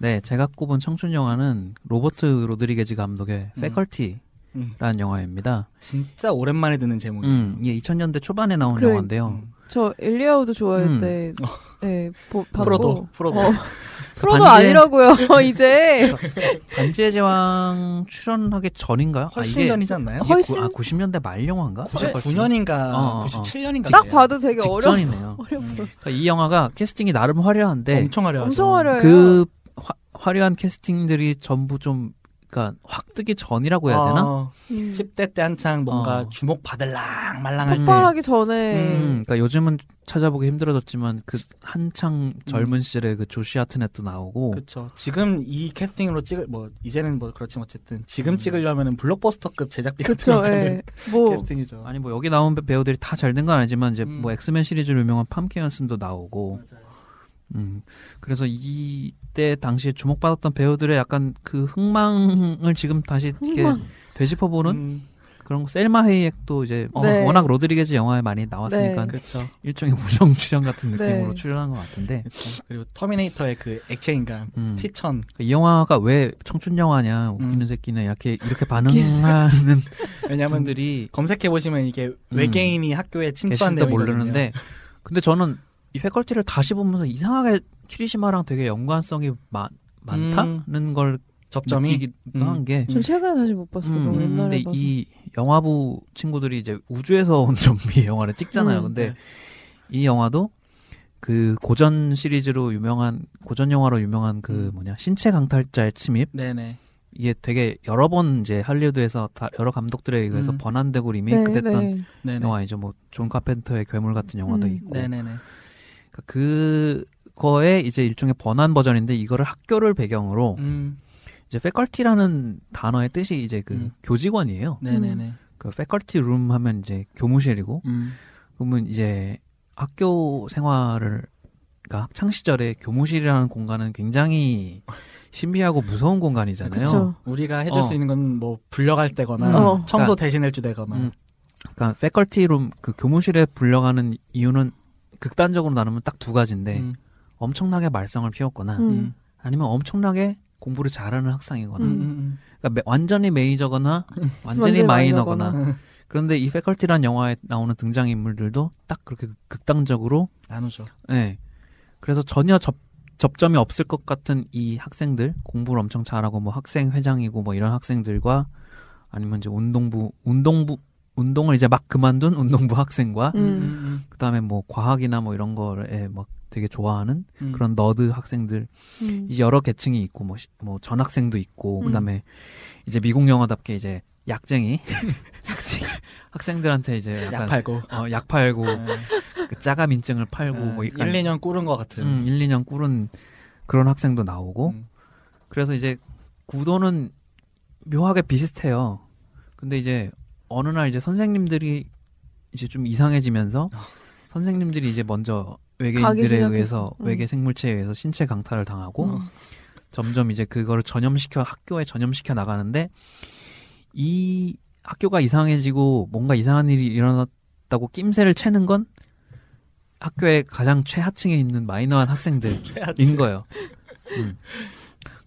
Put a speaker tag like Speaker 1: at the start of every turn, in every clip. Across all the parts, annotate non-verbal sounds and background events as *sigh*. Speaker 1: 네, 제가 꼽은 청춘 영화는 로버트 로드리게즈 감독의
Speaker 2: 음.
Speaker 1: 패컬티라는
Speaker 2: 음.
Speaker 1: 영화입니다.
Speaker 2: 진짜 오랜만에 듣는 제목이에요.
Speaker 1: 음, 이게 2000년대 초반에 나온
Speaker 3: 그-
Speaker 1: 영화인데요.
Speaker 2: 음.
Speaker 3: 저 엘리아우드 좋아할
Speaker 1: 음.
Speaker 3: 때 네, 보, 봤고
Speaker 2: 프로도, 프로도. 아,
Speaker 3: 어, 프로도
Speaker 1: 그 아, 반지의- *laughs*
Speaker 3: 아니라고요 *laughs* 이제
Speaker 1: 반지의 제왕 출연하기 전이인가요?
Speaker 2: 훨씬 전이지 않나요?
Speaker 1: 이게
Speaker 3: 훨씬-
Speaker 1: 구- 아, 90년대 말 영화인가?
Speaker 2: 99년인가
Speaker 1: 어, 어.
Speaker 2: 97년인가 음.
Speaker 3: 딱 봐도 되게 어려 *laughs*
Speaker 1: 직전이네요.
Speaker 3: 어렵고
Speaker 1: 그러니까 이 영화가 캐스팅이 나름 화려한데
Speaker 2: 네. 엄청 화려하죠.
Speaker 3: 엄청 화려해요.
Speaker 1: 그 화, 화려한 캐스팅들이 전부 좀 그러니까 확 뜨기 전이라고 해야 되나?
Speaker 2: 어,
Speaker 3: 음.
Speaker 2: 10대 때 한창 뭔가
Speaker 1: 어.
Speaker 2: 주목 받을랑 말랑할 때
Speaker 3: 폭발하기 전에
Speaker 1: 음, 그러니까 요즘은 찾아보기 힘들어졌지만 그 한창 젊은 시절에 그 조시 아트넷도 나오고
Speaker 2: 그렇죠. 지금 이 캐스팅으로 찍을 뭐 이제는 뭐 그렇지만 어쨌든 지금
Speaker 1: 음.
Speaker 2: 찍으려면은 블록버스터급 제작비 같은
Speaker 3: 그쵸
Speaker 2: 거
Speaker 3: 예.
Speaker 2: 는
Speaker 3: 뭐
Speaker 2: 캐스팅이죠.
Speaker 1: 아니 뭐 여기 나온 배- 배우들이 다 잘 된 건 아니지만 이제
Speaker 2: 음.
Speaker 1: 뭐 엑스맨 시리즈로 유명한 팜케언슨도 나오고
Speaker 2: 맞아요.
Speaker 1: 음. 그래서 이때 당시에 주목받았던 배우들의 약간 그 흥망을 지금 다시 이렇게
Speaker 3: 흥망.
Speaker 1: 되짚어보는
Speaker 2: 음,
Speaker 1: 그런 거 셀마 헤이액도 이제 어,
Speaker 3: 네.
Speaker 1: 워낙 로드리게즈 영화에 많이 나왔으니까
Speaker 3: 네.
Speaker 2: 그렇죠.
Speaker 1: 일종의 무정 출연 같은
Speaker 3: 네.
Speaker 1: 느낌으로 출연한 것 같은데
Speaker 2: 그렇죠. 그리고 터미네이터의 그 액체 인간
Speaker 1: 음.
Speaker 2: 티천
Speaker 1: 이 영화가 왜 청춘 영화냐 웃기는
Speaker 2: 음.
Speaker 1: 새끼는 이렇게 이렇게 반응하는
Speaker 2: 왜냐면
Speaker 1: 분들이
Speaker 2: 검색해 보시면 이게 음. 외계인이 학교에 침투한
Speaker 1: 계실지도
Speaker 2: 내용이거든요.
Speaker 1: 모르는데 근데 저는 이 패컬티를 다시 보면서 이상하게 키리시마랑 되게 연관성이 마- 많다는 걸
Speaker 2: 음. 접점이 음.
Speaker 1: 느끼기도 한 게
Speaker 3: 좀 최근에 다시 못 봤어
Speaker 1: 음,
Speaker 3: 너무 옛날에
Speaker 1: 근데
Speaker 3: 봐서
Speaker 1: 이 영화부 친구들이 이제 우주에서 온 *laughs* 좀비 영화를 찍잖아요.
Speaker 3: 음.
Speaker 1: 근데
Speaker 2: 네.
Speaker 1: 이 영화도 그 고전 시리즈로 유명한 고전 영화로 유명한 그
Speaker 2: 음.
Speaker 1: 뭐냐 신체 강탈자의 침입
Speaker 2: 네네.
Speaker 1: 이게 되게 여러 번 이제 할리우드에서 다 여러 감독들에 의해서
Speaker 2: 음.
Speaker 1: 번안되고 리메이크됐던
Speaker 3: 네.
Speaker 2: 네네.
Speaker 1: 영화이죠. 뭐존 카펜터의 괴물 같은 영화도
Speaker 3: 음.
Speaker 1: 있고
Speaker 2: 네네네.
Speaker 1: 그러니까 그거의 이제 일종의 번안 버전인데 이거를 학교를 배경으로
Speaker 2: 음.
Speaker 1: 이제 패컬티라는 단어의 뜻이 이제 그
Speaker 2: 음.
Speaker 1: 교직원이에요.
Speaker 2: 네네네.
Speaker 1: 그 faculty room 하면 이제 교무실이고
Speaker 2: 음.
Speaker 1: 그러면 이제 학교 생활을 그러니까 학창 시절에 교무실이라는 공간은 굉장히 신비하고 무서운 공간이잖아요.
Speaker 3: 그쵸.
Speaker 2: 우리가 해줄
Speaker 1: 어.
Speaker 2: 수 있는 건 뭐 불려갈 때거나
Speaker 1: 음.
Speaker 3: 어.
Speaker 2: 청소 대신해 주되거나
Speaker 1: 음. 그러니까 faculty room 그 교무실에 불려가는 이유는 극단적으로 나누면 딱 두 가지인데
Speaker 2: 음.
Speaker 1: 엄청나게 말썽을 피웠거나
Speaker 3: 음.
Speaker 2: 음.
Speaker 1: 아니면 엄청나게 공부를 잘하는 학생이거나
Speaker 3: 음.
Speaker 1: 그러니까 매- 완전히 메이저거나 완전히
Speaker 3: 완전히
Speaker 1: 마이너거나
Speaker 2: 마이너거나.
Speaker 1: 그런데 이 패컬티란 영화에 나오는 등장인물들도 딱 그렇게 극단적으로
Speaker 2: 나누죠.
Speaker 1: 네. 그래서 전혀 접, 접점이 없을 것 같은 이 학생들, 공부를 엄청 잘하고 뭐 학생 회장이고 뭐 이런 학생들과 아니면 이제 운동부 운동부 운동을 이제 막 그만둔 *laughs* 운동부 학생과
Speaker 3: 음.
Speaker 1: 그다음에 뭐 과학이나 뭐 이런 거에 막 되게 좋아하는
Speaker 2: 음.
Speaker 1: 그런 너드 학생들
Speaker 3: 음.
Speaker 1: 이제 여러 계층이 있고 뭐, 시- 뭐 전학생도 있고
Speaker 3: 음.
Speaker 1: 그다음에 이제 미국 영화답게 이제 약쟁이 약쟁이 *laughs* 학생들한테 이제
Speaker 2: 음. 약
Speaker 1: 약간
Speaker 2: 팔고
Speaker 1: 어, 약 팔고
Speaker 2: 네.
Speaker 1: 그 짜가민증을 팔고 뭐
Speaker 2: 일,
Speaker 1: 약간
Speaker 2: 2년 꾸른 것 같은.
Speaker 1: 음, 뭐? 1, 2년 꿀은 그런 학생도 나오고
Speaker 2: 음.
Speaker 1: 그래서 이제 구도는 묘하게 비슷해요. 근데 이제 어느 날 이제 선생님들이 이제 좀 이상해지면서 선생님들이 이제 먼저
Speaker 3: 가기
Speaker 1: 외계인들에
Speaker 3: 시작했어.
Speaker 1: 의해서
Speaker 3: 음.
Speaker 1: 외계 생물체에 의해서 신체 강탈을 당하고
Speaker 3: 음.
Speaker 1: 점점 이제 그거를 전염시켜 학교에 전염시켜 나가는데 이 학교가 이상해지고 뭔가 이상한 일이 일어났다고 낌새를 채는 건 학교의 가장 최하층에 있는 마이너한 학생들인
Speaker 2: 최하층.
Speaker 1: 거예요. 음.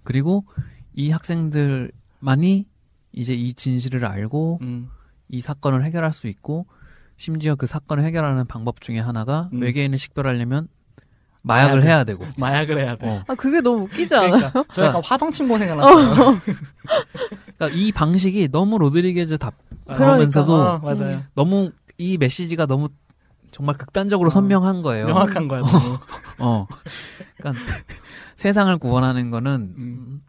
Speaker 1: 그리고 이 학생들만이 이제 이 진실을 알고
Speaker 2: 음.
Speaker 1: 이 사건을 해결할 수 있고 심지어 그 사건을 해결하는 방법 중에 하나가
Speaker 2: 음.
Speaker 1: 외계인을 식별하려면 마약을
Speaker 2: 마약을.
Speaker 1: 해야 되고
Speaker 2: 마약을 해야 돼.
Speaker 1: 어.
Speaker 3: 아 그게 너무 웃기지 않아?
Speaker 2: 그러니까 저 약간 화성 친구 생각났어요.
Speaker 1: 그러니까 이 방식이 너무 로드리게즈답 그러면서도
Speaker 2: 어, 맞아요.
Speaker 1: 너무 이 메시지가 너무 정말 극단적으로
Speaker 2: 어,
Speaker 1: 선명한 거예요.
Speaker 2: 명확한 거야. 너무.
Speaker 1: 어. 그러니까 세상을 구원하는 거는
Speaker 2: 음.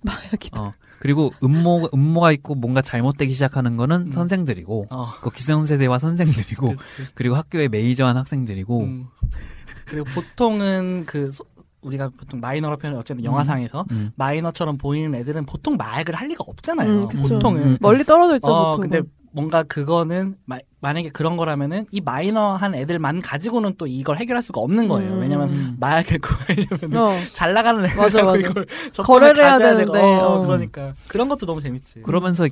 Speaker 3: 마약이다.
Speaker 1: 어. 그리고 음모 음모가 있고 뭔가 잘못되기 시작하는 거는
Speaker 2: 음.
Speaker 1: 선생들이고
Speaker 2: 어.
Speaker 1: 그 기성세대와 선생들이고
Speaker 2: 그치.
Speaker 1: 그리고 학교에 메이저한 학생들이고 음.
Speaker 2: 음. 그리고 보통은 그 소- 우리가 보통 마이너라 표현을 어쨌든 영화상에서
Speaker 1: 음.
Speaker 2: 마이너처럼 보이는 애들은 보통 마약을 할 리가 없잖아요.
Speaker 3: 음, 그쵸.
Speaker 2: 보통은
Speaker 1: 음.
Speaker 3: *laughs* 멀리 떨어져 있죠
Speaker 2: 어,
Speaker 3: 보통.
Speaker 2: 근데 뭔가 그거는 마- 만약에 그런 거라면은 이 마이너한 애들만 가지고는 또 이걸 해결할 수가 없는 거예요.
Speaker 3: 음.
Speaker 2: 왜냐면
Speaker 1: 음.
Speaker 2: 마약을 구하려면
Speaker 3: 어.
Speaker 2: 잘 나가는 애가
Speaker 3: 맞아, 맞아.
Speaker 2: 이걸 접점에
Speaker 3: 거래를 해야
Speaker 2: 가져야 되고
Speaker 3: 되는데,
Speaker 2: 어,
Speaker 3: 어.
Speaker 2: 그러니까 그런 것도 너무 재밌지.
Speaker 1: 그러면서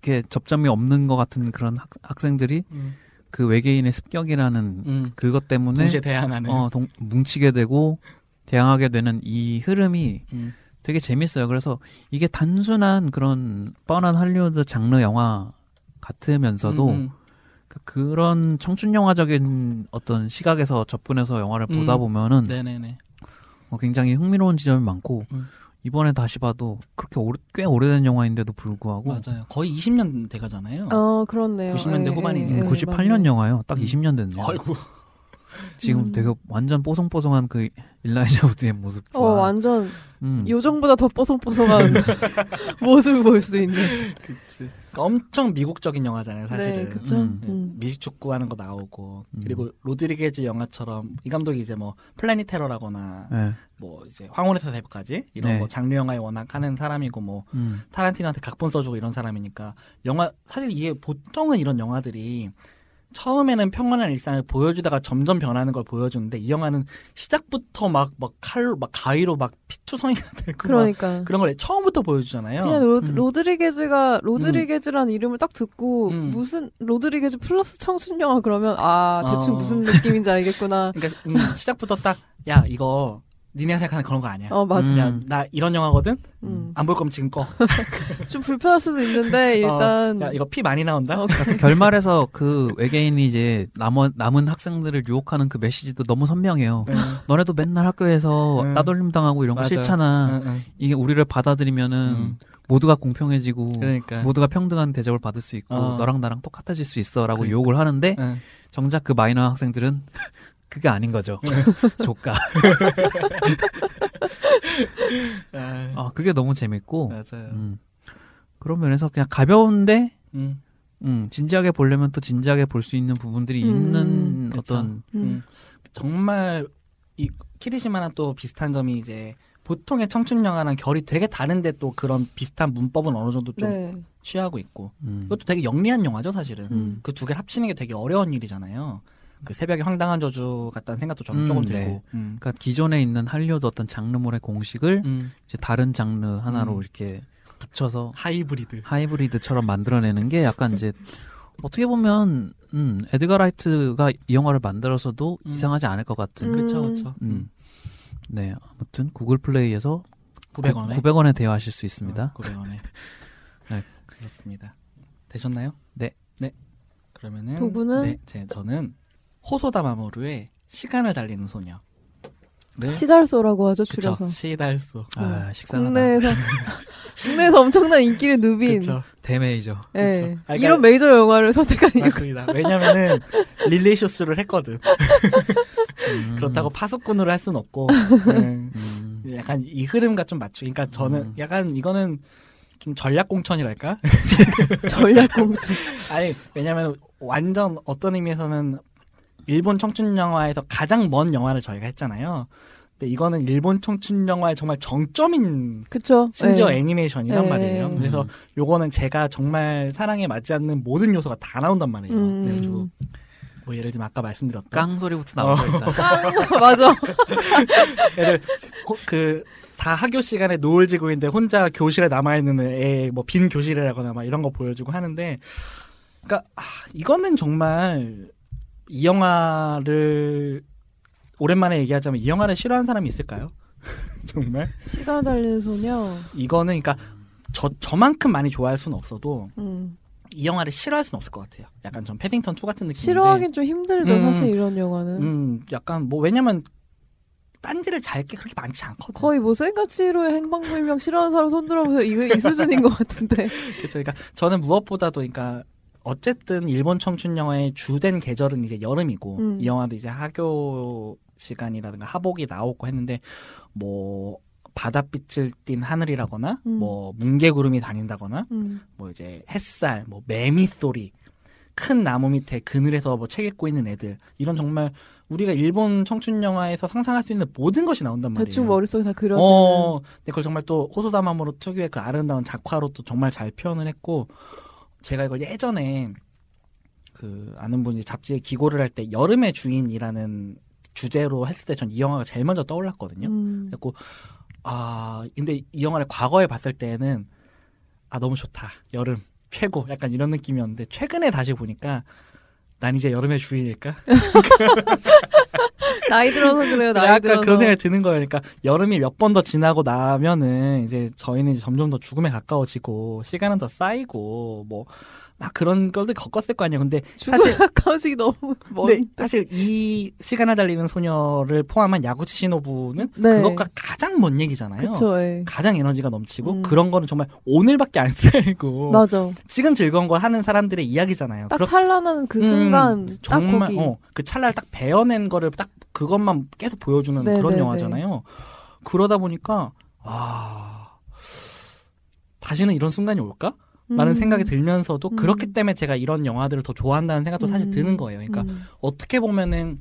Speaker 1: 그게 접점이 없는 것 같은 그런 학, 학생들이
Speaker 2: 음.
Speaker 1: 그 외계인의 습격이라는
Speaker 2: 음.
Speaker 1: 그것 때문에
Speaker 2: 동시에 대항하는
Speaker 1: 어, 동- 뭉치게 되고 대항하게 되는 이 흐름이
Speaker 2: 음.
Speaker 1: 되게 재밌어요. 그래서 이게 단순한 그런 뻔한 할리우드 장르 영화 같으면서도
Speaker 2: 음, 음.
Speaker 1: 그- 그런 청춘 영화적인 어떤 시각에서 접근해서 영화를 보다
Speaker 2: 음.
Speaker 1: 보면은
Speaker 2: 네네네.
Speaker 1: 어, 굉장히 흥미로운 지점이 많고
Speaker 2: 음.
Speaker 1: 이번에 다시 봐도 그렇게 오래- 꽤 오래된 영화인데도 불구하고
Speaker 2: 맞아요. 거의 20년 돼가잖아요.
Speaker 3: 어 그렇네요.
Speaker 2: 90년대
Speaker 3: 예,
Speaker 2: 후반이니까.
Speaker 3: 예, 예,
Speaker 1: 98년 영화예요. 딱
Speaker 2: 음.
Speaker 1: 20년 됐네요.
Speaker 2: 아이고.
Speaker 1: 지금
Speaker 3: 음.
Speaker 1: 되게 완전 뽀송뽀송한 그 일라이자 우드의 모습과
Speaker 3: 맞네요. 어 완전
Speaker 1: 음.
Speaker 3: 요정보다 더
Speaker 1: *laughs*
Speaker 3: 뽀송뽀송한 모습을 볼 수도 있는.
Speaker 2: 그치. 엄청 미국적인 영화잖아요, 사실은. 예,
Speaker 3: 네, 그렇죠.
Speaker 1: 음.
Speaker 3: 음.
Speaker 2: 미식축구하는 거 나오고
Speaker 1: 음.
Speaker 2: 그리고 로드리게즈 영화처럼 이 감독이 이제 뭐 플래닛 테러라거나
Speaker 1: 예.
Speaker 2: 뭐 이제 황혼에서 새벽까지 이런
Speaker 1: 네.
Speaker 2: 뭐 장르 영화에 워낙 하는 사람이고 뭐
Speaker 1: 음.
Speaker 2: 타란티노한테 각본 써주고 이런 사람이니까 영화 사실 이게 보통은 이런 영화들이 처음에는 평온한 일상을 보여주다가 점점 변하는 걸 보여주는데 이 영화는 시작부터 막 막 칼로 막 가위로 막 피투성이가 되고 막
Speaker 3: 그러니까.
Speaker 2: 그런 걸 처음부터 보여주잖아요.
Speaker 3: 그냥 로,
Speaker 1: 음.
Speaker 3: 로드리게즈가 로드리게즈란 이름을 딱 듣고
Speaker 2: 음.
Speaker 3: 무슨 로드리게즈 플러스 청춘 영화 그러면 아 대충
Speaker 2: 어.
Speaker 3: 무슨 느낌인지 알겠구나.
Speaker 2: 그러니까 음, 시작부터 딱 야 이거 니네가 생각하는 그런 거 아니야.
Speaker 3: 어 맞아.
Speaker 1: 음.
Speaker 2: 야, 나 이런 영화거든.
Speaker 3: 음.
Speaker 2: 안 볼 거면 지금 꺼.
Speaker 3: 좀 불편할 수도
Speaker 2: *laughs*
Speaker 3: 있는데 일단
Speaker 2: 어, 야 이거 피 많이 나온다.
Speaker 3: 어,
Speaker 1: 결말에서 그 외계인이 이제 남은 남은 학생들을 유혹하는 그 메시지도 너무 선명해요.
Speaker 2: 응,
Speaker 1: 너네도 맨날 학교에서
Speaker 2: 음.
Speaker 1: 따돌림 당하고 이런 거
Speaker 2: 맞아요.
Speaker 1: 싫잖아.
Speaker 2: 응, 응.
Speaker 1: 이게 우리를 받아들이면은
Speaker 2: 음.
Speaker 1: 모두가 공평해지고
Speaker 2: 그러니까.
Speaker 1: 모두가 평등한 대접을 받을 수 있고
Speaker 2: 어.
Speaker 1: 너랑 나랑 똑같아질 수 있어라고
Speaker 2: 그러니까.
Speaker 1: 유혹을 하는데
Speaker 2: 응.
Speaker 1: 정작 그 마이너 학생들은 *laughs* 그게 아닌 거죠.
Speaker 2: 네.
Speaker 1: *laughs* 조까.
Speaker 2: 아,
Speaker 1: 아 그게 너무 재밌고
Speaker 2: 맞아요.
Speaker 1: 음. 그런 면에서 그냥 가벼운데
Speaker 2: 음.
Speaker 1: 음, 진지하게 보려면 또 진지하게 볼 수 있는 부분들이
Speaker 3: 음,
Speaker 1: 있는
Speaker 2: 그쵸.
Speaker 1: 어떤
Speaker 2: *laughs* 음.
Speaker 3: 음.
Speaker 2: 정말 이 키리시마랑 또 비슷한 점이 이제 보통의 청춘 영화랑 결이 되게 다른데 또 그런 비슷한 문법은 어느 정도 좀
Speaker 3: 네.
Speaker 2: 취하고 있고
Speaker 1: 음,
Speaker 2: 이것도 되게 영리한 영화죠 사실은
Speaker 1: 음.
Speaker 2: 그 두 개를 합치는 게 되게 어려운 일이잖아요 그 새벽의 황당한 저주 같다는 생각도 저는
Speaker 1: 음,
Speaker 2: 조금
Speaker 1: 네.
Speaker 2: 들고 음.
Speaker 1: 그러니까 기존에 있는 한류도 어떤 장르물의 공식을
Speaker 2: 음.
Speaker 1: 이제 다른 장르 하나로
Speaker 2: 음.
Speaker 1: 이렇게 붙여서
Speaker 2: 하이브리드
Speaker 1: 하이브리드처럼 만들어내는 게 약간 이제 어떻게 보면 음, 에드가 라이트가 이 영화를 만들어서도
Speaker 2: 음.
Speaker 1: 이상하지 않을 것 같은.
Speaker 3: 음.
Speaker 2: 그쵸 그쵸
Speaker 1: 음. 네, 아무튼 구글 플레이에서
Speaker 2: 900원에
Speaker 1: 900원에 대여하실 수 있습니다.
Speaker 2: 900원에
Speaker 1: *laughs* 네.
Speaker 2: 그렇습니다 되셨나요?
Speaker 1: 네.
Speaker 2: 네 그러면은
Speaker 3: 두 분은
Speaker 2: 네, 제 저는 호소다마모루의 시간을 달리는 소녀. 네.
Speaker 3: 시달소라고 하죠 줄여서.
Speaker 2: 그쵸. 시달소.
Speaker 1: 아, 식상하다.
Speaker 2: *laughs*
Speaker 3: 국내에서 국내에서 엄청난 인기를 누빈.
Speaker 2: 그쵸.
Speaker 1: 대메이저.
Speaker 3: 예.
Speaker 2: 그쵸. 아, 그러니까- 아,
Speaker 3: 이런 메이저 영화를 선택한 이유.
Speaker 2: 맞습니다. 왜냐면은 릴레이쇼스를 했거든.
Speaker 1: 음.
Speaker 2: 그렇다고 파수꾼으로 할 수는 없고.
Speaker 3: *laughs*
Speaker 2: 네.
Speaker 1: 음.
Speaker 2: 약간 이 흐름과 좀 맞추. 그러니까 저는
Speaker 1: 음.
Speaker 2: 약간 이거는 좀 전략 공천이랄까?
Speaker 3: 전략 공주.
Speaker 2: 아니 왜냐면 완전 어떤 의미에서는 일본 청춘 영화에서 가장 먼 영화를 저희가 했잖아요. 근데 이거는 일본 청춘 영화의 정말 정점인
Speaker 3: 그쵸.
Speaker 2: 심지어
Speaker 3: 예.
Speaker 2: 애니메이션이란
Speaker 3: 예.
Speaker 2: 말이에요. 그래서
Speaker 1: 음.
Speaker 2: 요거는 제가 정말 사랑에 맞지 않는 모든 요소가 다 나온단 말이에요.
Speaker 3: 음.
Speaker 2: 그래가지고 뭐 예를 들면 아까 말씀드렸던
Speaker 1: 깡 소리부터 나오고 있다. *laughs*
Speaker 3: 깡! *laughs* 맞아.
Speaker 2: 애들 그 다 학교 시간에 노을 지고 있는데 혼자 교실에 남아 있는 애 뭐 빈 교실이라거나 막 이런 거 보여주고 하는데 그러니까 아, 이거는 정말 이 영화를 오랜만에 얘기하자면 이 영화를 싫어하는 사람이 있을까요? *laughs* 정말
Speaker 3: 시간 달리는 소녀.
Speaker 2: 이거는 그러니까 저 저만큼 많이 좋아할 수는 없어도
Speaker 3: 음.
Speaker 2: 이 영화를 싫어할 수는 없을 것 같아요. 약간 전 패딩턴 2 같은 느낌인데.
Speaker 3: 싫어하긴 좀 힘들죠
Speaker 2: 음.
Speaker 3: 사실 이런 영화는.
Speaker 2: 음, 약간 뭐 왜냐면 딴지를 잘 게 그렇게 많지 않거든.
Speaker 3: 거의 뭐 생가치로의 행방불명 싫어하는 사람 손들어보세요. 이거 이 수준인 것 같은데.
Speaker 2: 그렇죠. 그러니까 저는 무엇보다도 그러니까 어쨌든 일본 청춘 영화의 주된 계절은 이제 여름이고
Speaker 3: 음.
Speaker 2: 이 영화도 이제 학교 시간이라든가 하복이 나오고 했는데 뭐 바닷빛을 띤 하늘이라거나
Speaker 3: 음.
Speaker 2: 뭐 뭉게구름이 다닌다거나
Speaker 3: 음.
Speaker 2: 뭐 이제 햇살, 뭐 매미 소리, 큰 나무 밑에 그늘에서 뭐 책 읽고 있는 애들 이런 정말 우리가 일본 청춘 영화에서 상상할 수 있는 모든 것이 나온단 말이에요.
Speaker 3: 대충 뭐 머릿속에 다 그려지는.
Speaker 2: 어, 근데 그걸 정말 또 호소다마모로 특유의 그 아름다운 작화로 또 정말 잘 표현을 했고 제가 이걸 예전에 그 아는 분이 잡지에 기고를 할 때 여름의 주인이라는 주제로 했을 때 전 이 영화가 제일 먼저 떠올랐거든요.
Speaker 3: 음.
Speaker 2: 그래갖고 아 근데 이 영화를 과거에 봤을 때는 아 너무 좋다 여름 최고 약간 이런 느낌이었는데 최근에 다시 보니까 난 이제 여름의 주인일까?
Speaker 3: 나이 들어서 그래요. 나이
Speaker 2: 약간
Speaker 3: 들어서.
Speaker 2: 그런 생각이 드는 거예요. 그러니까 여름이 몇 번 더 지나고 나면은 이제 저희는 이제 점점 더 죽음에 가까워지고 시간은 더 쌓이고 뭐 막 그런 걸들 겪었을 거 아니에요. 근데
Speaker 3: *laughs* 죽어 가까우시기 너무 먼.
Speaker 2: 근데 사실 이 시간을 달리는 소녀를 포함한 야구치 신호부는
Speaker 3: 네.
Speaker 2: 그것과 가장 먼 얘기잖아요.
Speaker 3: 그쵸. 예.
Speaker 2: 가장 에너지가 넘치고
Speaker 3: 음.
Speaker 2: 그런 거는 정말 오늘밖에 안 *laughs* 쌓이고
Speaker 3: 맞아.
Speaker 2: 지금 즐거운 걸 하는 사람들의 이야기잖아요.
Speaker 3: 딱
Speaker 2: 어. 그렇-
Speaker 3: 찬란한 그
Speaker 2: 음,
Speaker 3: 순간 딱
Speaker 2: 정말
Speaker 3: 거기.
Speaker 2: 어, 그 찰나를 딱 베어낸 거를 딱 그것만 계속 보여주는
Speaker 3: 네,
Speaker 2: 그런
Speaker 3: 네,
Speaker 2: 영화잖아요. 그러다 보니까 아 다시는 이런 순간이 올까? 라는
Speaker 3: 음,
Speaker 2: 생각이 들면서도
Speaker 3: 음.
Speaker 2: 그렇기 때문에 제가 이런 영화들을 더 좋아한다는 생각도 사실
Speaker 3: 음.
Speaker 2: 드는 거예요. 그러니까
Speaker 3: 음.
Speaker 2: 어떻게 보면은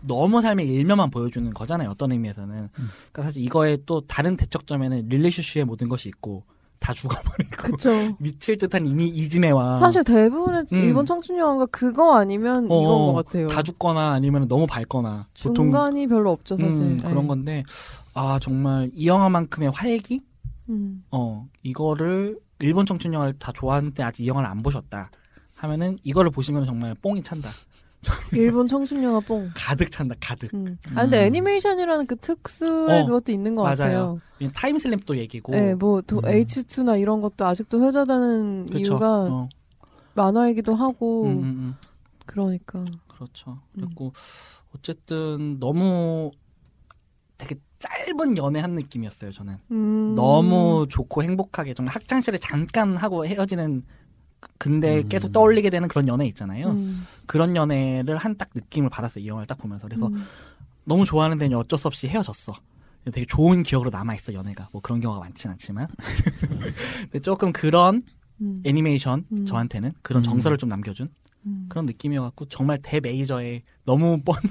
Speaker 2: 너무 삶의 일면만 보여주는 거잖아요. 어떤 의미에서는. 그러니까 사실 이거에 또 다른 대척점에는 릴레이슈슈의 모든 것이 있고 다 죽어버리고 *laughs*
Speaker 3: 그쵸.
Speaker 2: 미칠 듯한 이미 이지매와
Speaker 3: 사실 대부분의
Speaker 2: 아. 음.
Speaker 3: 일본 청춘 영화가 그거 아니면
Speaker 2: 어,
Speaker 3: 이건 것 같아요.
Speaker 2: 다 죽거나 아니면 너무 밝거나 보통
Speaker 3: 중간이 별로 없죠 사실.
Speaker 2: 음,
Speaker 3: 예.
Speaker 2: 그런 건데 아 정말 이 영화만큼의 활기
Speaker 3: 음.
Speaker 2: 어 이거를 일본 청춘 영화를 다 좋아하는데 아직 이 영화를 안 보셨다 하면은 이거를 보시면 정말 뽕이 찬다
Speaker 3: 일본 청춘 영화 뽕.
Speaker 2: 가득 찬다 가득
Speaker 3: 음.
Speaker 2: 음.
Speaker 3: 아 근데 애니메이션이라는 그 특수의
Speaker 2: 어,
Speaker 3: 그것도 있는 것
Speaker 2: 맞아요.
Speaker 3: 같아요.
Speaker 2: 그냥 타임슬립도 얘기고
Speaker 3: 네, 뭐 도,
Speaker 2: 음.
Speaker 3: H2나 이런 것도 아직도 회자되는
Speaker 2: 그쵸
Speaker 3: 이유가
Speaker 2: 어,
Speaker 3: 만화이기도 하고
Speaker 2: 음, 음, 음.
Speaker 3: 그러니까.
Speaker 2: 그렇죠
Speaker 3: 음.
Speaker 2: 그리고 어쨌든 너무 되게 짧은 연애한 느낌이었어요 저는
Speaker 3: 음.
Speaker 2: 너무 좋고 행복하게 정말 학창시절에 잠깐 하고 헤어지는 그 근데
Speaker 1: 음.
Speaker 2: 계속 떠올리게 되는 그런 연애 있잖아요.
Speaker 3: 음.
Speaker 2: 그런 연애를 한 딱 느낌을 받았어요. 이 영화를 딱 보면서. 그래서
Speaker 3: 음.
Speaker 2: 너무 좋아하는 데는 어쩔 수 없이 헤어졌어. 되게 좋은 기억으로 남아있어, 연애가. 뭐 그런 경우가 많진 않지만. *laughs* 근데 조금 그런
Speaker 3: 음.
Speaker 2: 애니메이션,
Speaker 3: 음.
Speaker 2: 저한테는 그런
Speaker 1: 음.
Speaker 2: 정서를 좀 남겨준
Speaker 3: 음.
Speaker 2: 예, 그런 느낌이어갖고 정말 대메이저의 너무 뻔한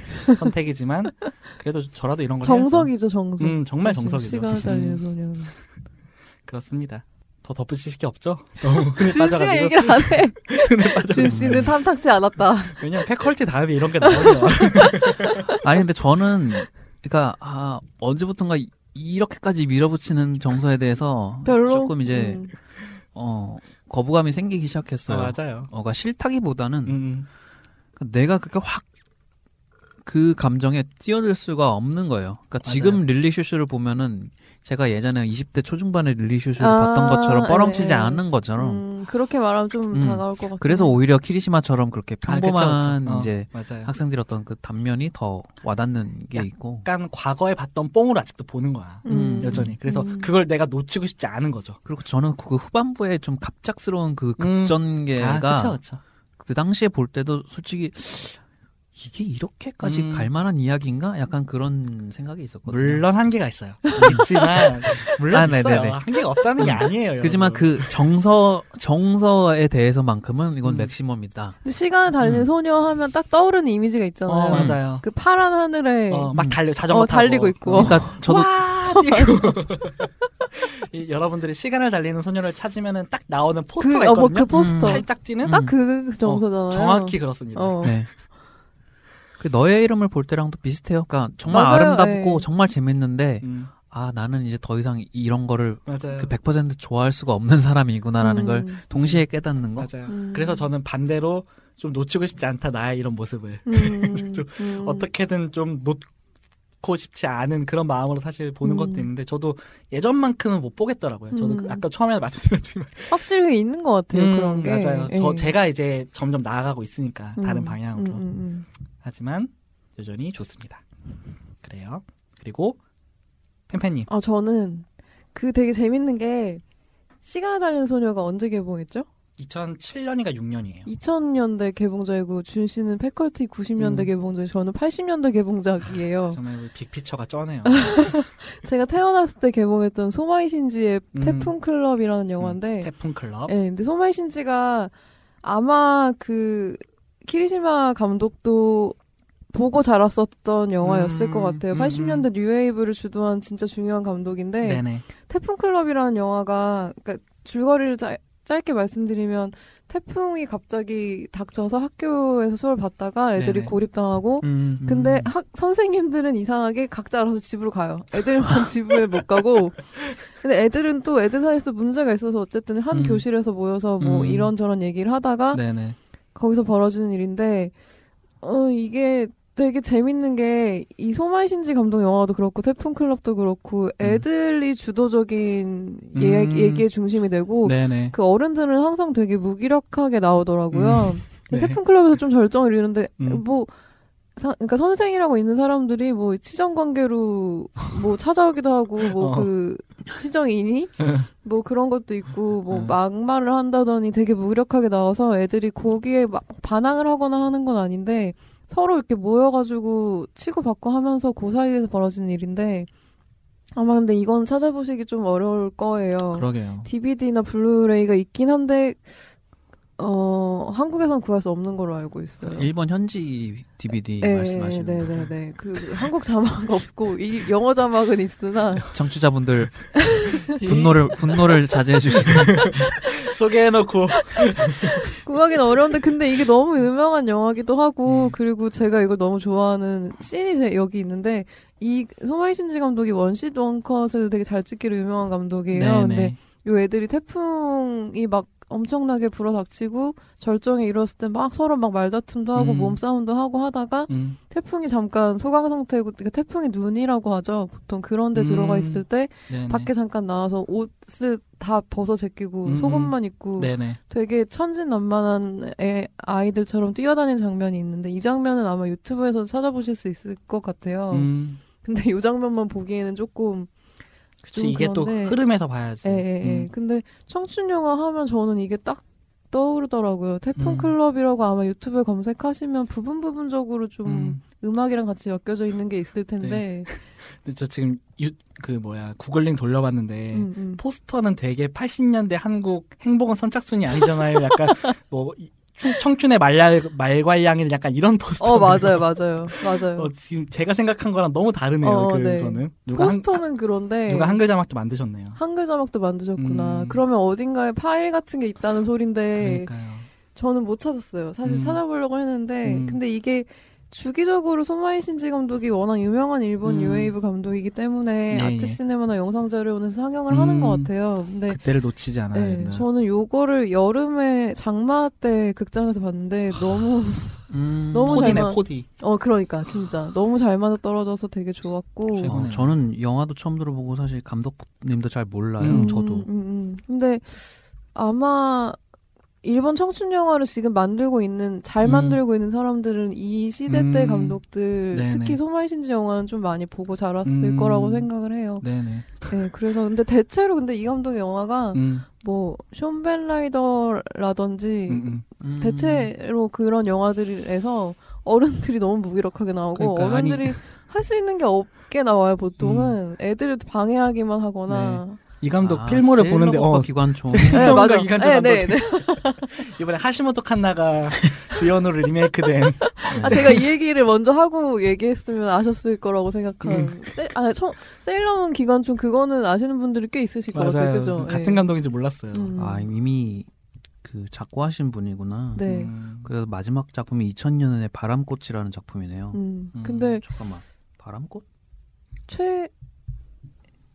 Speaker 2: *laughs* 선택이지만 그래도 저라도 이런 걸 해야죠.
Speaker 3: 음. 정석이죠 정석.
Speaker 2: 음, 정말
Speaker 3: 사실
Speaker 2: 정석이죠.
Speaker 3: 시간을 달리는 소녀.
Speaker 2: 그렇습니다. 더 덧붙이실 게 없죠? 너무
Speaker 3: *laughs*
Speaker 2: 흔해
Speaker 3: 준 씨가
Speaker 2: *laughs* 빠져가지고.
Speaker 3: 얘기를 안 해.
Speaker 2: 흔해 빠져가지고.
Speaker 3: 준 씨는 탐탁지 않았다.
Speaker 2: 왜냐면 패컬티 다음에 이런 게
Speaker 1: *laughs*
Speaker 2: 나오죠.
Speaker 1: 아니 근데 저는 그러니까 아 언제부턴가 이- 이렇게까지 밀어붙이는 정서에 대해서
Speaker 3: 별로
Speaker 1: 조금 이제
Speaker 3: 음.
Speaker 1: 어 거부감이 생기기 시작했어요.
Speaker 2: 맞아요.
Speaker 1: 어가 싫다기보다는
Speaker 2: 음,
Speaker 1: 그러니까 내가 그렇게 확 그 감정에 뛰어들 수가 없는 거예요. 그러니까
Speaker 2: 맞아요.
Speaker 1: 지금 릴리 슈슈를 보면은 제가 예전에 20대 초중반에 릴리 슈슈를
Speaker 3: 아,
Speaker 1: 봤던 것처럼 뻘렁치지
Speaker 3: 예.
Speaker 1: 않은 것처럼
Speaker 3: 음, 그렇게 말하면 좀
Speaker 1: 음.
Speaker 3: 다가올 것 같아요.
Speaker 1: 그래서 오히려 키리시마처럼 그렇게
Speaker 2: 아, 그쵸, 그쵸.
Speaker 1: 평범한
Speaker 2: 어,
Speaker 1: 이제
Speaker 2: 맞아요.
Speaker 1: 학생들이 어떤 그 단면이 더 와닿는 게 있고
Speaker 2: 약간 과거에 봤던 뽕을 아직도 보는 거야.
Speaker 1: 음,
Speaker 2: 여전히. 그래서
Speaker 3: 음.
Speaker 2: 그걸 내가 놓치고 싶지 않은 거죠.
Speaker 1: 그리고 저는 그 후반부에 좀 갑작스러운 그
Speaker 2: 음.
Speaker 1: 급전개가
Speaker 2: 아, 그쵸, 그쵸.
Speaker 1: 그 당시에 볼 때도 솔직히 이게 이렇게까지
Speaker 2: 음.
Speaker 1: 갈 만한 이야기인가? 약간 그런 생각이 있었거든요.
Speaker 2: 물론 한계가 있어요. 있지만, 물론
Speaker 1: 아,
Speaker 2: 있어요.
Speaker 1: 네네네.
Speaker 2: 한계가 없다는 게 아니에요. 여러분.
Speaker 1: 그지만 그 정서 정서에 대해서만큼은 이건
Speaker 2: 음.
Speaker 1: 맥시멈이다.
Speaker 3: 근데 시간을 달리는
Speaker 1: 음.
Speaker 3: 소녀 하면 딱 떠오르는 이미지가 있잖아요.
Speaker 2: 어, 맞아요.
Speaker 3: 그 파란 하늘에
Speaker 2: 어, 막 달려, 자전거
Speaker 3: 어,
Speaker 2: 타고.
Speaker 3: 달리고 있고.
Speaker 2: 어.
Speaker 1: 그러니까 저도
Speaker 2: 와! 뛰고. 이 여러분들이 시간을 달리는 소녀를 찾으면은 딱 나오는 포스터가
Speaker 3: 그, 어, 뭐
Speaker 2: 있거든요.
Speaker 3: 그 포스터.
Speaker 1: 음.
Speaker 2: 살짝 뛰는?
Speaker 1: 음.
Speaker 3: 딱 그 정서잖아요.
Speaker 2: 정확히 그렇습니다.
Speaker 3: 어.
Speaker 1: 네. 그 너의 이름을 볼 때랑도 비슷해요. 그러니까 정말
Speaker 3: 맞아요.
Speaker 1: 름답고
Speaker 3: 예.
Speaker 2: 네.
Speaker 1: 정말 재밌는데
Speaker 2: 음,
Speaker 1: 아 나는 이제 더 이상 이런 거를
Speaker 2: 맞아요.
Speaker 1: 그 100% 좋아할 수가 없는 사람이구나라는
Speaker 3: 음.
Speaker 1: 걸 동시에 깨닫는 거.
Speaker 2: 맞아요.
Speaker 3: 음.
Speaker 2: 그래서 저는 반대로 좀 놓치고 싶지 않다 나의 이런 모습을 *laughs*
Speaker 3: 음.
Speaker 2: 좀
Speaker 3: 음.
Speaker 2: 어떻게든 좀 놓고 싶지 않은 그런 마음으로 사실 보는
Speaker 3: 음.
Speaker 2: 것도 있는데 저도 예전만큼은 못 보겠더라고요. 저도
Speaker 3: 음.
Speaker 2: 그 아까 처음에
Speaker 3: *laughs*
Speaker 2: 말씀드렸지만
Speaker 3: 확실히 있는 것 같아요.
Speaker 2: 음,
Speaker 3: 그런 게.
Speaker 2: 맞아요. 저
Speaker 3: 예.
Speaker 2: 제가 이제 점점 나아가고 있으니까 다른
Speaker 3: 음.
Speaker 2: 방향으로
Speaker 3: 음, 음,
Speaker 2: 하지만 여전히 좋습니다. 그래요. 그리고 팬팬님
Speaker 3: 음. 아 저는 그 되게 재밌는 게 시간을 달리는 소녀가 언제 개봉했죠?
Speaker 2: 2007년인가 6년이에요.
Speaker 3: 2000년대 개봉작이고 준 씨는 패컬티 90년대
Speaker 2: 음.
Speaker 3: 개봉작, 저는 80년대 개봉작이에요.
Speaker 2: 정말 우리 빅피처가 쩌네요.
Speaker 3: 아, 제가 태어났을 때 개봉했던 소마이 신지의
Speaker 2: 음.
Speaker 3: 태풍 클럽이라는 영화인데,
Speaker 2: 태풍 클럽.
Speaker 3: 예, 근데 소마이 신지가 아마 그 키리시마 감독도 보고 자랐었던 영화였을
Speaker 2: 음,
Speaker 3: 것 같아요.
Speaker 2: 음,
Speaker 3: 80년대 뉴웨이브를 주도한 진짜 중요한 감독인데
Speaker 2: 네네.
Speaker 3: 태풍 클럽이라는 영화가 그러니까 줄거리를 짤- 짧게 말씀드리면 태풍이 갑자기 닥쳐서 학교에서 수업을 받다가 애들이
Speaker 2: 네네.
Speaker 3: 고립당하고
Speaker 2: 음.
Speaker 3: 근데 학, 선생님들은 이상하게 각자 알아서 집으로 가요. 애들만 *laughs* 집에 못 가고. 근데 애들은 또 애들 사이에서 문제가 있어서 어쨌든 한
Speaker 2: 음.
Speaker 3: 교실에서 모여서 뭐
Speaker 2: 음.
Speaker 3: 이런저런 얘기를 하다가
Speaker 2: 네네.
Speaker 3: 거기서 벌어지는 일인데 어 이게 되게 재밌는 게 이 소마이 신지 감독 영화도 그렇고 태풍 클럽도 그렇고 애들이 주도적인 예,
Speaker 2: 음.
Speaker 3: 얘기의 중심이 되고
Speaker 2: 네네.
Speaker 3: 그 어른들은 항상 되게 무기력하게 나오더라고요.
Speaker 2: 네.
Speaker 3: 태풍 클럽에서 좀 절정을 이루는데
Speaker 2: 음.
Speaker 3: 뭐 사- 그러니까 선생이라고 있는 사람들이 뭐 치정 관계로 뭐 찾아오기도 하고
Speaker 2: 어.
Speaker 3: 뭐 그
Speaker 2: *laughs*
Speaker 3: 치정이니 뭐 그런 것도 있고 뭐
Speaker 2: 음.
Speaker 3: 막말을 한다더니 되게 무력하게 나와서 애들이 거기에 막 반항을 하거나 하는 건 아닌데 서로 이렇게 모여가지고 치고받고 하면서 그 사이에서 벌어지는 일인데 아마 근데 이건 찾아보시기 좀 어려울 거예요.
Speaker 2: 그러게요.
Speaker 3: DVD나 블루레이가 있긴 한데 어 한국에선 구할 수 없는 걸로 알고 있어요.
Speaker 1: 일본 현지 DVD 말씀하시는
Speaker 3: 네, 네, 네. 그 한국 자막 *laughs* 없고 일- 영어 자막은 있으나
Speaker 1: 청취자분들
Speaker 3: 그
Speaker 2: 예.
Speaker 1: 분노를 분노를 자제해 주시고
Speaker 3: 예. *laughs*
Speaker 2: 소개해놓고
Speaker 3: 구하기는 어려운데 근데 이게 너무 유명한 영화기도
Speaker 1: 음.
Speaker 3: 하고 그리고 제가 이걸 너무 좋아하는 씬이 제- 여기 있는데 이 소마이 신지 감독이 원시드 원컷에도 되게 잘 찍기로 유명한 감독이에요.
Speaker 1: 네,
Speaker 3: 네. 근데 요 애들이 태풍이 막 엄청나게 불어닥치고 절정에 이뤘을 때 막 서로 막 말다툼도 하고
Speaker 2: 음.
Speaker 3: 몸싸움도 하고 하다가
Speaker 2: 음.
Speaker 3: 태풍이 잠깐 소강 상태고 그러니까 태풍이 눈이라고 하죠. 보통 그런데
Speaker 2: 음.
Speaker 3: 들어가 있을 때
Speaker 2: 네네.
Speaker 3: 밖에 잠깐 나와서 옷을 다 벗어 제끼고
Speaker 2: 음,
Speaker 3: 속옷만 입고
Speaker 2: 네네.
Speaker 3: 되게 천진난만한 애, 아이들처럼 뛰어다니는 장면이 있는데 이 장면은 아마 유튜브에서 찾아보실 수 있을 것 같아요.
Speaker 2: 음.
Speaker 3: 근데 이 장면만 보기에는 조금
Speaker 2: 그치
Speaker 3: 좀
Speaker 2: 이게
Speaker 3: 그런데-
Speaker 2: 또 흐름에서 봐야지.
Speaker 3: 예, 예, 예.
Speaker 2: 음.
Speaker 3: 근데 청춘 영화 하면 저는 이게 딱 떠오르더라고요. 태풍
Speaker 2: 음.
Speaker 3: 클럽이라고 아마 유튜브에 검색하시면 부분 부분적으로 좀
Speaker 2: 음. 네.
Speaker 3: 음. 악이랑 같이 엮여져 있는 게 있을 텐데.
Speaker 2: 근데 저 지금 유, 그 뭐야 구글링 돌려봤는데
Speaker 3: 음, 음.
Speaker 2: 포스터는 되게 80년대 한국 행복은 선착순이 아니잖아요. 약간 *laughs* 뭐 이- 충- 청춘의 말랄 말괄량일 약간 이런 포스터.
Speaker 3: 어 맞아요, 맞아요, 맞아요.
Speaker 2: 어, 지금 제가 생각한 거랑 너무 다르네요.
Speaker 3: 어, 네.
Speaker 2: 그거는 누가 한,
Speaker 3: 포스터는 네. 그런데
Speaker 2: 누가 한글 자막도 만드셨네요.
Speaker 3: 한글 자막도 만드셨구나.
Speaker 2: 음.
Speaker 3: 그러면 어딘가에 파일 같은 게 있다는 소린데
Speaker 2: 그러니까요.
Speaker 3: 저는 못 찾았어요. 사실
Speaker 2: 음.
Speaker 3: 찾아보려고 했는데
Speaker 2: 음.
Speaker 3: 근데 이게 주기적으로 소마이 신지 감독이 워낙 유명한 일본
Speaker 2: 음.
Speaker 3: 유웨이브 감독이기 때문에
Speaker 2: 예, 예.
Speaker 3: 아트 시네마나 영상 자료원에서 상영을
Speaker 2: 음.
Speaker 3: 하는 것 같아요. 근데
Speaker 2: 그때를 놓치지 않아야
Speaker 3: 네,
Speaker 2: 된다.
Speaker 3: 저는 요거를 여름에 장마 때 극장에서 봤는데 너무
Speaker 1: 음,
Speaker 3: 너무
Speaker 2: 포디네
Speaker 3: 잘 만-
Speaker 2: 포디.
Speaker 3: *laughs* 어 그러니까 진짜 너무 잘 맞아 떨어져서 되게 좋았고
Speaker 2: 최고.
Speaker 1: 어, 저는 영화도 처음 들어보고 사실 감독님도 잘 몰라요.
Speaker 2: 음.
Speaker 1: 저도
Speaker 3: 음, 음. 근데 아마 일본 청춘 영화를 지금 만들고 있는 잘
Speaker 2: 음.
Speaker 3: 만들고 있는 사람들은 이 시대 때
Speaker 2: 음.
Speaker 3: 감독들
Speaker 2: 네네.
Speaker 3: 특히 소마이 신지 영화는 좀 많이 보고 자랐을
Speaker 2: 음.
Speaker 3: 거라고 생각을 해요.
Speaker 2: 네네.
Speaker 3: 네, 그래서 근데 대체로 근데 이 감독의 영화가
Speaker 2: 음,
Speaker 3: 뭐 쇼벤라이더라든지
Speaker 2: 음, 음.
Speaker 1: 음.
Speaker 3: 대체로 그런 영화들에서 어른들이 너무 무기력하게 나오고
Speaker 2: 그러니까, 음. 아니-
Speaker 3: 어른들이 할 수 있는 게 없게 나와요 보통은 애들을 방해하기만 하거나
Speaker 2: 이 감독
Speaker 1: 아,
Speaker 2: 필모를
Speaker 1: 세일러
Speaker 2: 보는데
Speaker 1: 오빠
Speaker 2: 어,
Speaker 1: 기관총
Speaker 3: 네,
Speaker 2: 뭔가
Speaker 3: 맞아.
Speaker 2: 이간질
Speaker 3: 네,
Speaker 2: 한번
Speaker 3: 네, 네.
Speaker 2: 이번에 하시모토 칸나가 *laughs* 주연으로 리메이크된
Speaker 3: 아, 제가 이 얘기를 먼저 하고 얘기했으면 아셨을 거라고 생각한.
Speaker 2: 음.
Speaker 3: 세, 아, 처, 세일러문 기관총 그거는 아시는 분들이 꽤 있으실 것 같아요. 그죠?
Speaker 2: 네.
Speaker 3: 예.
Speaker 2: 같은 감독인지 몰랐어요.
Speaker 3: 음.
Speaker 1: 아 이미 그 작고하신 분이구나.
Speaker 3: 네.
Speaker 2: 음.
Speaker 1: 그래서 마지막 작품이 2000년의 바람꽃이라는 작품이네요.
Speaker 3: 음.
Speaker 2: 음.
Speaker 3: 근데
Speaker 1: 잠깐만 바람꽃?
Speaker 3: 최,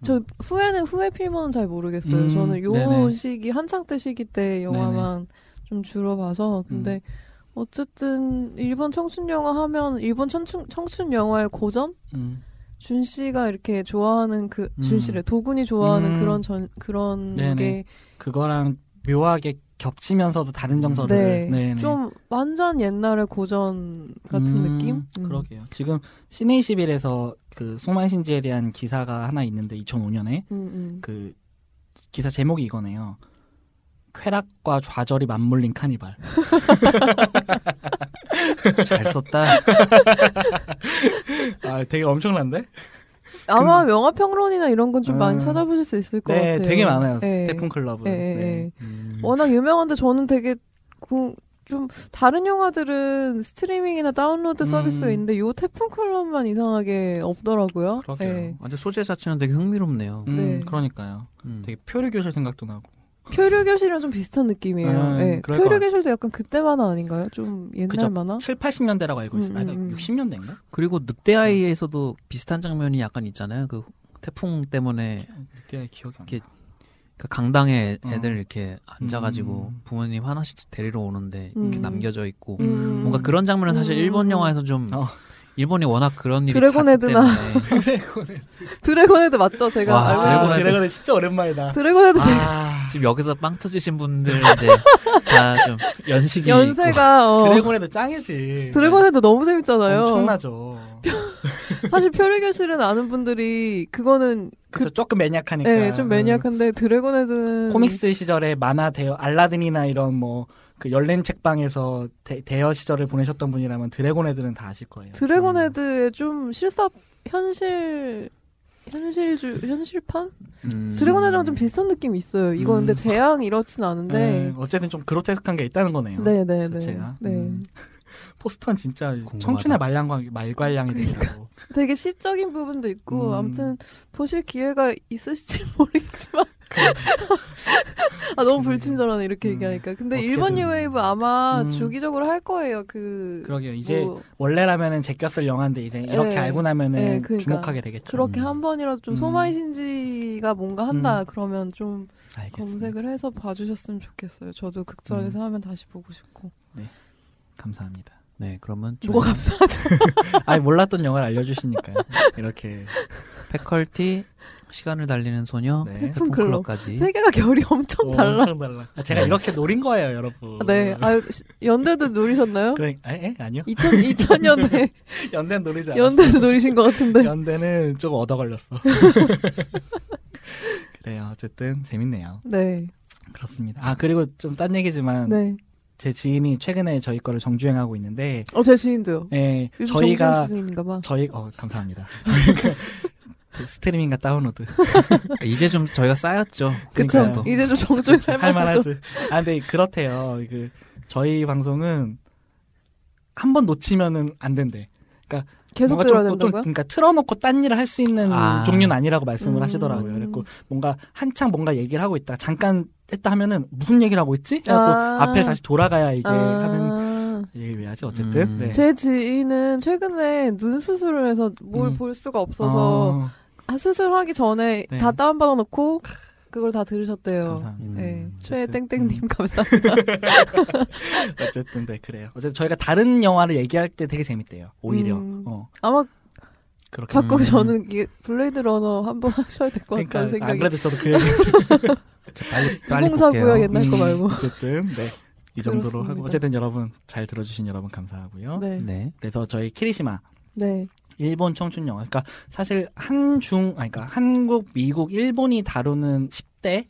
Speaker 3: 저 후에는 후에 필모는 잘 모르겠어요.
Speaker 2: 음,
Speaker 3: 저는 요
Speaker 2: 네네.
Speaker 3: 시기, 한창 때 시기 때 영화만 좀 주로 봐서. 근데
Speaker 2: 음.
Speaker 3: 어쨌든 일본 청춘 영화 하면 일본 청춘, 청춘 영화의 고전?
Speaker 2: 음.
Speaker 3: 준 씨가 이렇게 좋아하는 그
Speaker 1: 음.
Speaker 3: 준 씨래 도군이 좋아하는
Speaker 2: 음.
Speaker 3: 그런 전 그런
Speaker 2: 네네. 그거랑 묘하게 겹치면서도 다른 정서를
Speaker 3: 게
Speaker 2: 네네.
Speaker 3: 네 좀 완전 옛날의 고전 같은
Speaker 2: 음,
Speaker 3: 느낌 음.
Speaker 2: 그러게요. 지금 시네 21에서 그 소만신지에 대한 기사가 하나 있는데 2005년에
Speaker 3: 음, 음.
Speaker 2: 그 기사 제목이 이거네요. 쾌락과 좌절이 맞물린 카니발.
Speaker 1: 잘 썼다.
Speaker 2: 아, 되게 엄청난데?
Speaker 3: 아마 영화 평론이나 이런 건 좀
Speaker 2: 음.
Speaker 3: 많이 찾아보실 수 있을 것
Speaker 2: 네,
Speaker 3: 같아요
Speaker 2: 되게 많아요.
Speaker 3: 예.
Speaker 2: 태풍 클럽은.
Speaker 3: 예, 예,
Speaker 2: 네.
Speaker 3: 예.
Speaker 1: 음.
Speaker 3: 워낙 유명한데 저는 되게 그- 좀 다른 영화들은 스트리밍이나 다운로드
Speaker 2: 음.
Speaker 3: 서비스가 있는데 요 태풍 클럽만 이상하게 없더라고요
Speaker 1: 그러게요.
Speaker 3: 예.
Speaker 1: 완전 소재 자체는 되게 흥미롭네요.
Speaker 2: 음,
Speaker 3: 네.
Speaker 2: 그러니까요.
Speaker 1: 음.
Speaker 2: 되게 표류 교실 생각도 나고.
Speaker 3: 표류 교실이랑 좀 비슷한 느낌이에요
Speaker 2: 음,
Speaker 3: 예.
Speaker 2: 그럴 것
Speaker 3: 표류 교실도 약간 그때 만화 아닌가요 좀 옛날
Speaker 2: 그죠.
Speaker 3: 만화 *laughs*
Speaker 2: 7, 80년대라고 알고
Speaker 3: 음,
Speaker 2: 있습니다.
Speaker 3: 음,
Speaker 2: 아,
Speaker 3: 음.
Speaker 2: 60년대인가?
Speaker 1: 그리고 늑대아이에서도 비슷한 장면이 약간 있잖아요. 그 태풍 때문에
Speaker 2: 그때 기억이 안 나.
Speaker 1: 이렇게 그 강당에 애들
Speaker 2: 어.
Speaker 1: 이렇게 앉아가지고
Speaker 2: 음.
Speaker 1: 부모님 하나씩 데리러 오는데 이렇게
Speaker 3: 음.
Speaker 1: 남겨져 있고
Speaker 2: 음.
Speaker 1: 뭔가 그런 장면은 사실
Speaker 3: 음.
Speaker 1: 일본 영화에서 좀
Speaker 2: 어.
Speaker 1: 일본이 워낙 그런 일이
Speaker 3: 드래곤
Speaker 1: 잦기
Speaker 3: 헤드나.
Speaker 1: 때문에
Speaker 2: 드래곤헤드.
Speaker 3: 드래곤헤드 맞죠? 제가
Speaker 1: 와, 드래곤헤드.
Speaker 3: 알고 있는
Speaker 2: 아, 드래곤헤드 진짜 오랜만이다.
Speaker 3: 드래곤헤드 지금
Speaker 2: 아,
Speaker 1: 지금 여기서 빵 터지신 분들 이제 다 좀 연식이
Speaker 3: 연세가 어,
Speaker 2: 드래곤헤드 짱이지. 네.
Speaker 3: 드래곤헤드 너무 재밌잖아요.
Speaker 2: 엄청나죠.
Speaker 3: *laughs* 사실 표류교실은 아는 분들이 그거는
Speaker 2: 그래서 조금 매니악하니까.
Speaker 3: 예,
Speaker 2: 음.
Speaker 3: 좀 매니악한데 드래곤헤드는
Speaker 2: 코믹스 시절에 만화 대여 알라딘이나 이런 뭐 그 열린 책방에서 대, 대여 시절을 보내셨던 분이라면 드래곤헤드는 다 아실 거예요.
Speaker 3: 드래곤헤드의 좀 실사 현실 현실주 현실판
Speaker 1: 있고. 음.
Speaker 3: 드래곤헤드랑 좀 비슷한 느낌이 있어요. 이거 근데
Speaker 2: 음.
Speaker 3: 재앙 이렇진
Speaker 2: 음.
Speaker 3: 않은데
Speaker 2: 음, 어쨌든 좀 그로테스크한 게 있다는 거네요.
Speaker 3: 네네네
Speaker 2: 자체가.
Speaker 3: 네.
Speaker 2: 음. 포스터는 진짜
Speaker 1: 궁금하다.
Speaker 2: 청춘의 말량광 말괄량이 되더라고.
Speaker 3: 되게 시적인 부분도 있고
Speaker 2: 음.
Speaker 3: 아무튼 보실 기회가 있으실지 *laughs* 모르겠지만 아 너무 불친절하네 이렇게
Speaker 2: 음.
Speaker 3: 얘기하니까 근데
Speaker 2: 어떻게든.
Speaker 3: 일본 뉴웨이브 아마
Speaker 2: 음.
Speaker 3: 주기적으로 할 거예요 그
Speaker 2: 그러게요. 이제
Speaker 3: 뭐
Speaker 2: 원래라면은 제꼈을 영화인데 이제 이렇게
Speaker 3: 네.
Speaker 2: 알고 나면은
Speaker 3: 네, 그러니까.
Speaker 2: 주목하게 되겠죠.
Speaker 3: 그렇게
Speaker 1: 음.
Speaker 3: 한 번이라도 좀
Speaker 2: 음.
Speaker 3: 소마이 신지가 뭔가 한다 그러면 좀
Speaker 2: 알겠습니다. 음.
Speaker 3: 검색을 해서 봐주셨으면 좋겠어요. 저도 극장에서 하면 다시 보고 싶고.
Speaker 2: 감사합니다.
Speaker 1: 네 그러면 좀
Speaker 3: 뭐가 감사하죠?
Speaker 2: 아니 몰랐던 영화를 알려주시니까
Speaker 3: *laughs*
Speaker 2: 이렇게
Speaker 1: 패컬티 시간을 달리는 소녀
Speaker 2: 네.
Speaker 1: 폰
Speaker 3: 클럽.
Speaker 1: 클럽까지
Speaker 3: 세 개가 결이 엄청
Speaker 2: 오,
Speaker 3: 달라.
Speaker 2: 엄청 달라. 아, 제가 이렇게 노린 거예요, 여러분.
Speaker 3: 네, 아 시- 연대도 노리셨나요?
Speaker 2: 그러 에? 에? 아니요.
Speaker 3: 2000
Speaker 2: *laughs*
Speaker 3: 2000년대
Speaker 2: 연대는 노리지 않았어.
Speaker 3: *laughs* 연대도 노리신 것 같은데.
Speaker 2: 연대는 조금 얻어
Speaker 3: *laughs*
Speaker 2: 걸렸어. *laughs* 그래요. 어쨌든 재밌네요.
Speaker 3: 네,
Speaker 2: 그렇습니다. 아 그리고 좀 딴 얘기지만
Speaker 3: 네.
Speaker 2: 제 지인이 최근에 저희 거를 정주행하고 있는데
Speaker 3: 어 제 지인도요.
Speaker 2: 예,
Speaker 3: 요즘
Speaker 2: 저희가
Speaker 3: 정신 수준인가봐.
Speaker 2: 저희 어 감사합니다. *laughs*
Speaker 3: *laughs*
Speaker 2: 저희가 그 스트리밍과 다운로드
Speaker 1: 아, 이제 좀 저희가 쌓였죠
Speaker 3: 그쵸?
Speaker 2: 그러니까요.
Speaker 3: 이제 좀 정주행 할 만하죠.
Speaker 2: 할만하지. 아 근데 그렇대요. 그 저희 방송은 한 번 놓치면은 안 된대.
Speaker 3: 계속
Speaker 2: 뭔가
Speaker 3: 들어야
Speaker 2: 좀, 좀
Speaker 3: 된다고요?
Speaker 2: 그러니까 틀어놓고 딴 일을 할 수 있는
Speaker 1: 아.
Speaker 2: 종류는 아니라고 말씀을
Speaker 3: 음.
Speaker 2: 하시더라고요. 그래고 뭔가 한창 뭔가 얘기를 하고 있다 가 잠깐 했다 하면은 무슨 얘기를 하고 있지? 하고
Speaker 3: 아.
Speaker 2: 앞에 다시 돌아가야 이게
Speaker 3: 아.
Speaker 2: 하는 얘기를 왜 하지? 어쨌든
Speaker 1: 음.
Speaker 2: 네.
Speaker 3: 제 지인은 최근에 눈 수술을 해서 뭘
Speaker 2: 음.
Speaker 3: 볼 수가 없어서
Speaker 2: 어,
Speaker 3: 아, 수술하기 전에
Speaker 2: 네.
Speaker 3: 다 다운받아 놓고 그걸 다 들으셨대요. *laughs*
Speaker 2: 감사합니다.
Speaker 3: 네,
Speaker 1: 음,
Speaker 3: 최
Speaker 2: 어쨌든.
Speaker 3: 땡땡님 감사합니다.
Speaker 2: 어쨌든 네 그래요. 어쨌든 저희가 다른 영화를 얘기할 때 되게 재밌대요. 오히려
Speaker 3: 음.
Speaker 2: 어
Speaker 3: 아마
Speaker 2: 그렇게
Speaker 3: 자꾸
Speaker 1: 음.
Speaker 3: 저는 이게 블레이드 러너 한번 *laughs* 하셔야 될 것
Speaker 2: 그러니까
Speaker 3: 같다는
Speaker 2: 안
Speaker 3: 생각이.
Speaker 2: 그래도 저도 그 얘기
Speaker 1: 자, 빨리 빨리
Speaker 3: *laughs* 공사고요
Speaker 1: 볼게요
Speaker 3: 옛날 거 말고.
Speaker 2: 음, 어쨌든 네. 이 정도로 하고
Speaker 3: 그렇습니다.
Speaker 2: 어쨌든 여러분 잘 들어주신 여러분 감사하고요.
Speaker 3: 네,
Speaker 1: 네
Speaker 2: 그래서 저희 키리시마
Speaker 3: 네,
Speaker 2: 음. 일본 청춘 영화. 그러니까 사실 한중 아니 그러니까 한국, 미국, 일본이 다루는 10대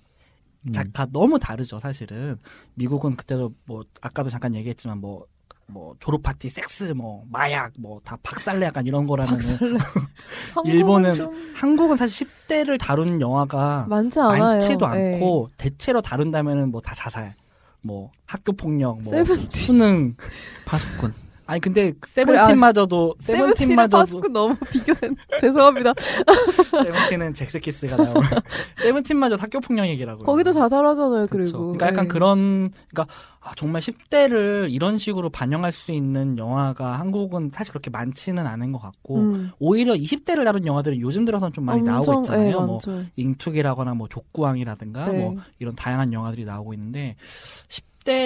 Speaker 1: 음.
Speaker 2: 작가 너무 다르죠, 사실은. 미국은 그때도 뭐 아까도 잠깐 얘기했지만 뭐 뭐 졸업 파티, 섹스, 뭐 마약, 뭐 다 박살내 약간 이런 거라면
Speaker 3: 박살내.
Speaker 2: *laughs*
Speaker 3: 한국은
Speaker 2: 일본은
Speaker 3: 좀
Speaker 2: 한국은 사실 10대를 다룬 영화가
Speaker 3: 많지 않아요.
Speaker 2: 많지도
Speaker 3: 예.
Speaker 2: 않고 대체로 다룬다면은 뭐 다 자살, 뭐 학교 폭력, 뭐
Speaker 3: 세븐틴.
Speaker 2: 수능.
Speaker 1: 파수꾼
Speaker 2: 아니 근데
Speaker 3: 그래, 아,
Speaker 2: 세븐틴마저도
Speaker 3: 세븐틴의
Speaker 2: 세븐틴마저도
Speaker 3: 파스쿠 너무 *laughs* 비교된. 죄송합니다.
Speaker 2: 세븐틴은 잭스키스가 나오고 *laughs* 세븐틴마저 학교 폭력 얘기라고.
Speaker 3: 거기도 네. 자살하잖아요. 그리고 예.
Speaker 2: 그러니까 약간 그런 그러니까 아, 정말 10대를 이런 식으로 반영할 수 있는 영화가 한국은 사실 그렇게 많지는 않은 것 같고
Speaker 3: 음.
Speaker 2: 오히려 20대를 다룬 영화들이 요즘 들어서는 좀 많이 나오고
Speaker 3: 네, 예,
Speaker 2: 있잖아요. 뭐 잉투기라거나 뭐 족구왕이라든가 뭐 이런 다양한 영화들이 나오고 있는데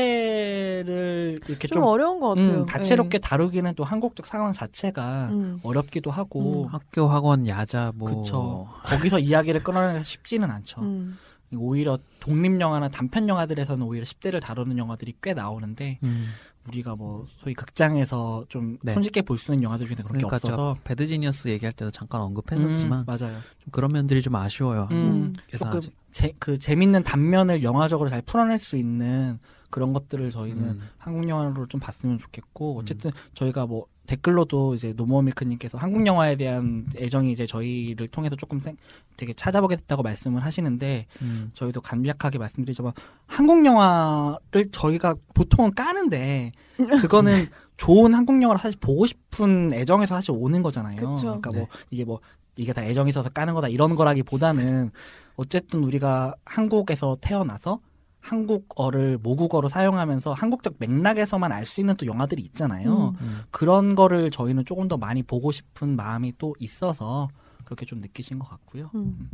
Speaker 2: 10대를 이렇게
Speaker 3: 좀,
Speaker 2: 좀,
Speaker 3: 어려운 것 같아요.
Speaker 2: 음, 다채롭게 다루기는 또 한국적 상황 자체가
Speaker 3: 예. 음.
Speaker 2: 어렵기도 하고
Speaker 1: 뭐 학교 학원 야자 뭐
Speaker 2: 그쵸. 거기서 이야기를 끌어내기 쉽지는 않죠.
Speaker 3: 음.
Speaker 2: 오히려 독립 영화나 단편 영화들에서는 오히려 10대를 다루는 영화들이 꽤 나오는데
Speaker 1: 음,
Speaker 2: 우리가 뭐 소위 극장에서 좀
Speaker 1: 네.
Speaker 2: 손쉽게 볼 수 있는 영화들 중에 그렇게
Speaker 1: 그러니까
Speaker 2: 없어서
Speaker 1: 배드지니어스 얘기할 때도 잠깐 언급했었지만
Speaker 2: 음, 맞아요.
Speaker 1: 좀 그런 면들이 좀 아쉬워요
Speaker 2: 음,
Speaker 3: 음.
Speaker 1: 그래서
Speaker 2: 조금
Speaker 1: 아직.
Speaker 2: 제, 그 재밌는 단면을 영화적으로 잘 풀어낼 수 있는 그런 것들을 저희는
Speaker 1: 음.
Speaker 2: 한국 영화로 좀 봤으면 좋겠고 어쨌든 저희가 뭐 댓글로도 이제 노모밀크님께서 한국 영화에 대한 애정이 이제 저희를 통해서 조금 생, 되게 찾아보게 됐다고 말씀을 하시는데
Speaker 1: 음.
Speaker 2: 저희도 간략하게 말씀드리자면 한국 영화를 저희가 보통은 까는데
Speaker 3: 네.
Speaker 2: 그거는 좋은 한국 영화를 사실 보고 싶은 애정에서 사실 오는 거잖아요.
Speaker 3: 그쵸.
Speaker 2: 러니까뭐
Speaker 1: 네.
Speaker 2: 이게 뭐 이게 다 애정이 있어서 까는 거다 이런 거라기보다는 어쨌든 우리가 한국에서 태어나서 한국어를 모국어로 사용하면서 한국적 맥락에서만 알 수 있는 또 영화들이 있잖아요.
Speaker 3: 음.
Speaker 1: 음.
Speaker 2: 그런 거를 저희는 조금 더 많이 보고 싶은 마음이 또 있어서 그렇게 좀 느끼신 것 같고요.
Speaker 3: 음.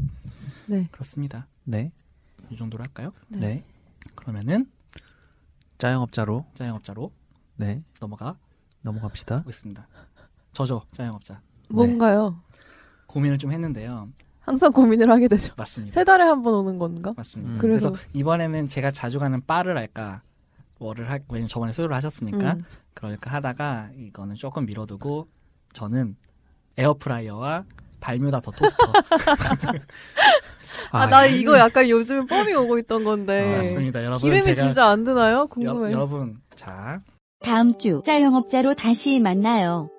Speaker 3: 네.
Speaker 2: 그렇습니다.
Speaker 1: 네
Speaker 2: 이 정도로 할까요?
Speaker 1: 네.
Speaker 2: 그러면은
Speaker 1: 짜영업자로
Speaker 2: 짜영업자로
Speaker 1: 네
Speaker 2: 넘어가
Speaker 1: 넘어갑시다.
Speaker 2: 보겠습니다. 저죠 짜영업자
Speaker 3: 뭔가요?
Speaker 2: 고민을 좀 했는데요.
Speaker 3: 항상 고민을 하게 되죠.
Speaker 2: 맞습니다.
Speaker 3: 세 달에 한 번 오는 건가?
Speaker 2: 맞습니다.
Speaker 1: 음.
Speaker 2: 네. 그래서
Speaker 3: 그래서-
Speaker 2: 이번에는 제가 자주 가는 바를 할까 뭐를 할 왜냐면 저번에 수요를 하셨으니까
Speaker 3: 음.
Speaker 2: 그러니까 하다가 이거는 조금 미뤄두고 저는 에어프라이어와 발뮤다 더
Speaker 3: *laughs*
Speaker 2: 토스터
Speaker 3: 아, 나 이거 약간 요즘 뻔히 오고 있던
Speaker 1: 네.
Speaker 2: 아,
Speaker 3: 건데.
Speaker 2: 네. 맞습니다. 여러분
Speaker 3: 기름이
Speaker 2: 제가
Speaker 3: 진짜 안 드나요?
Speaker 2: 여,
Speaker 3: 궁금해.
Speaker 2: 여러분 자
Speaker 4: 다음 주 짜영업자로 다시 만나요.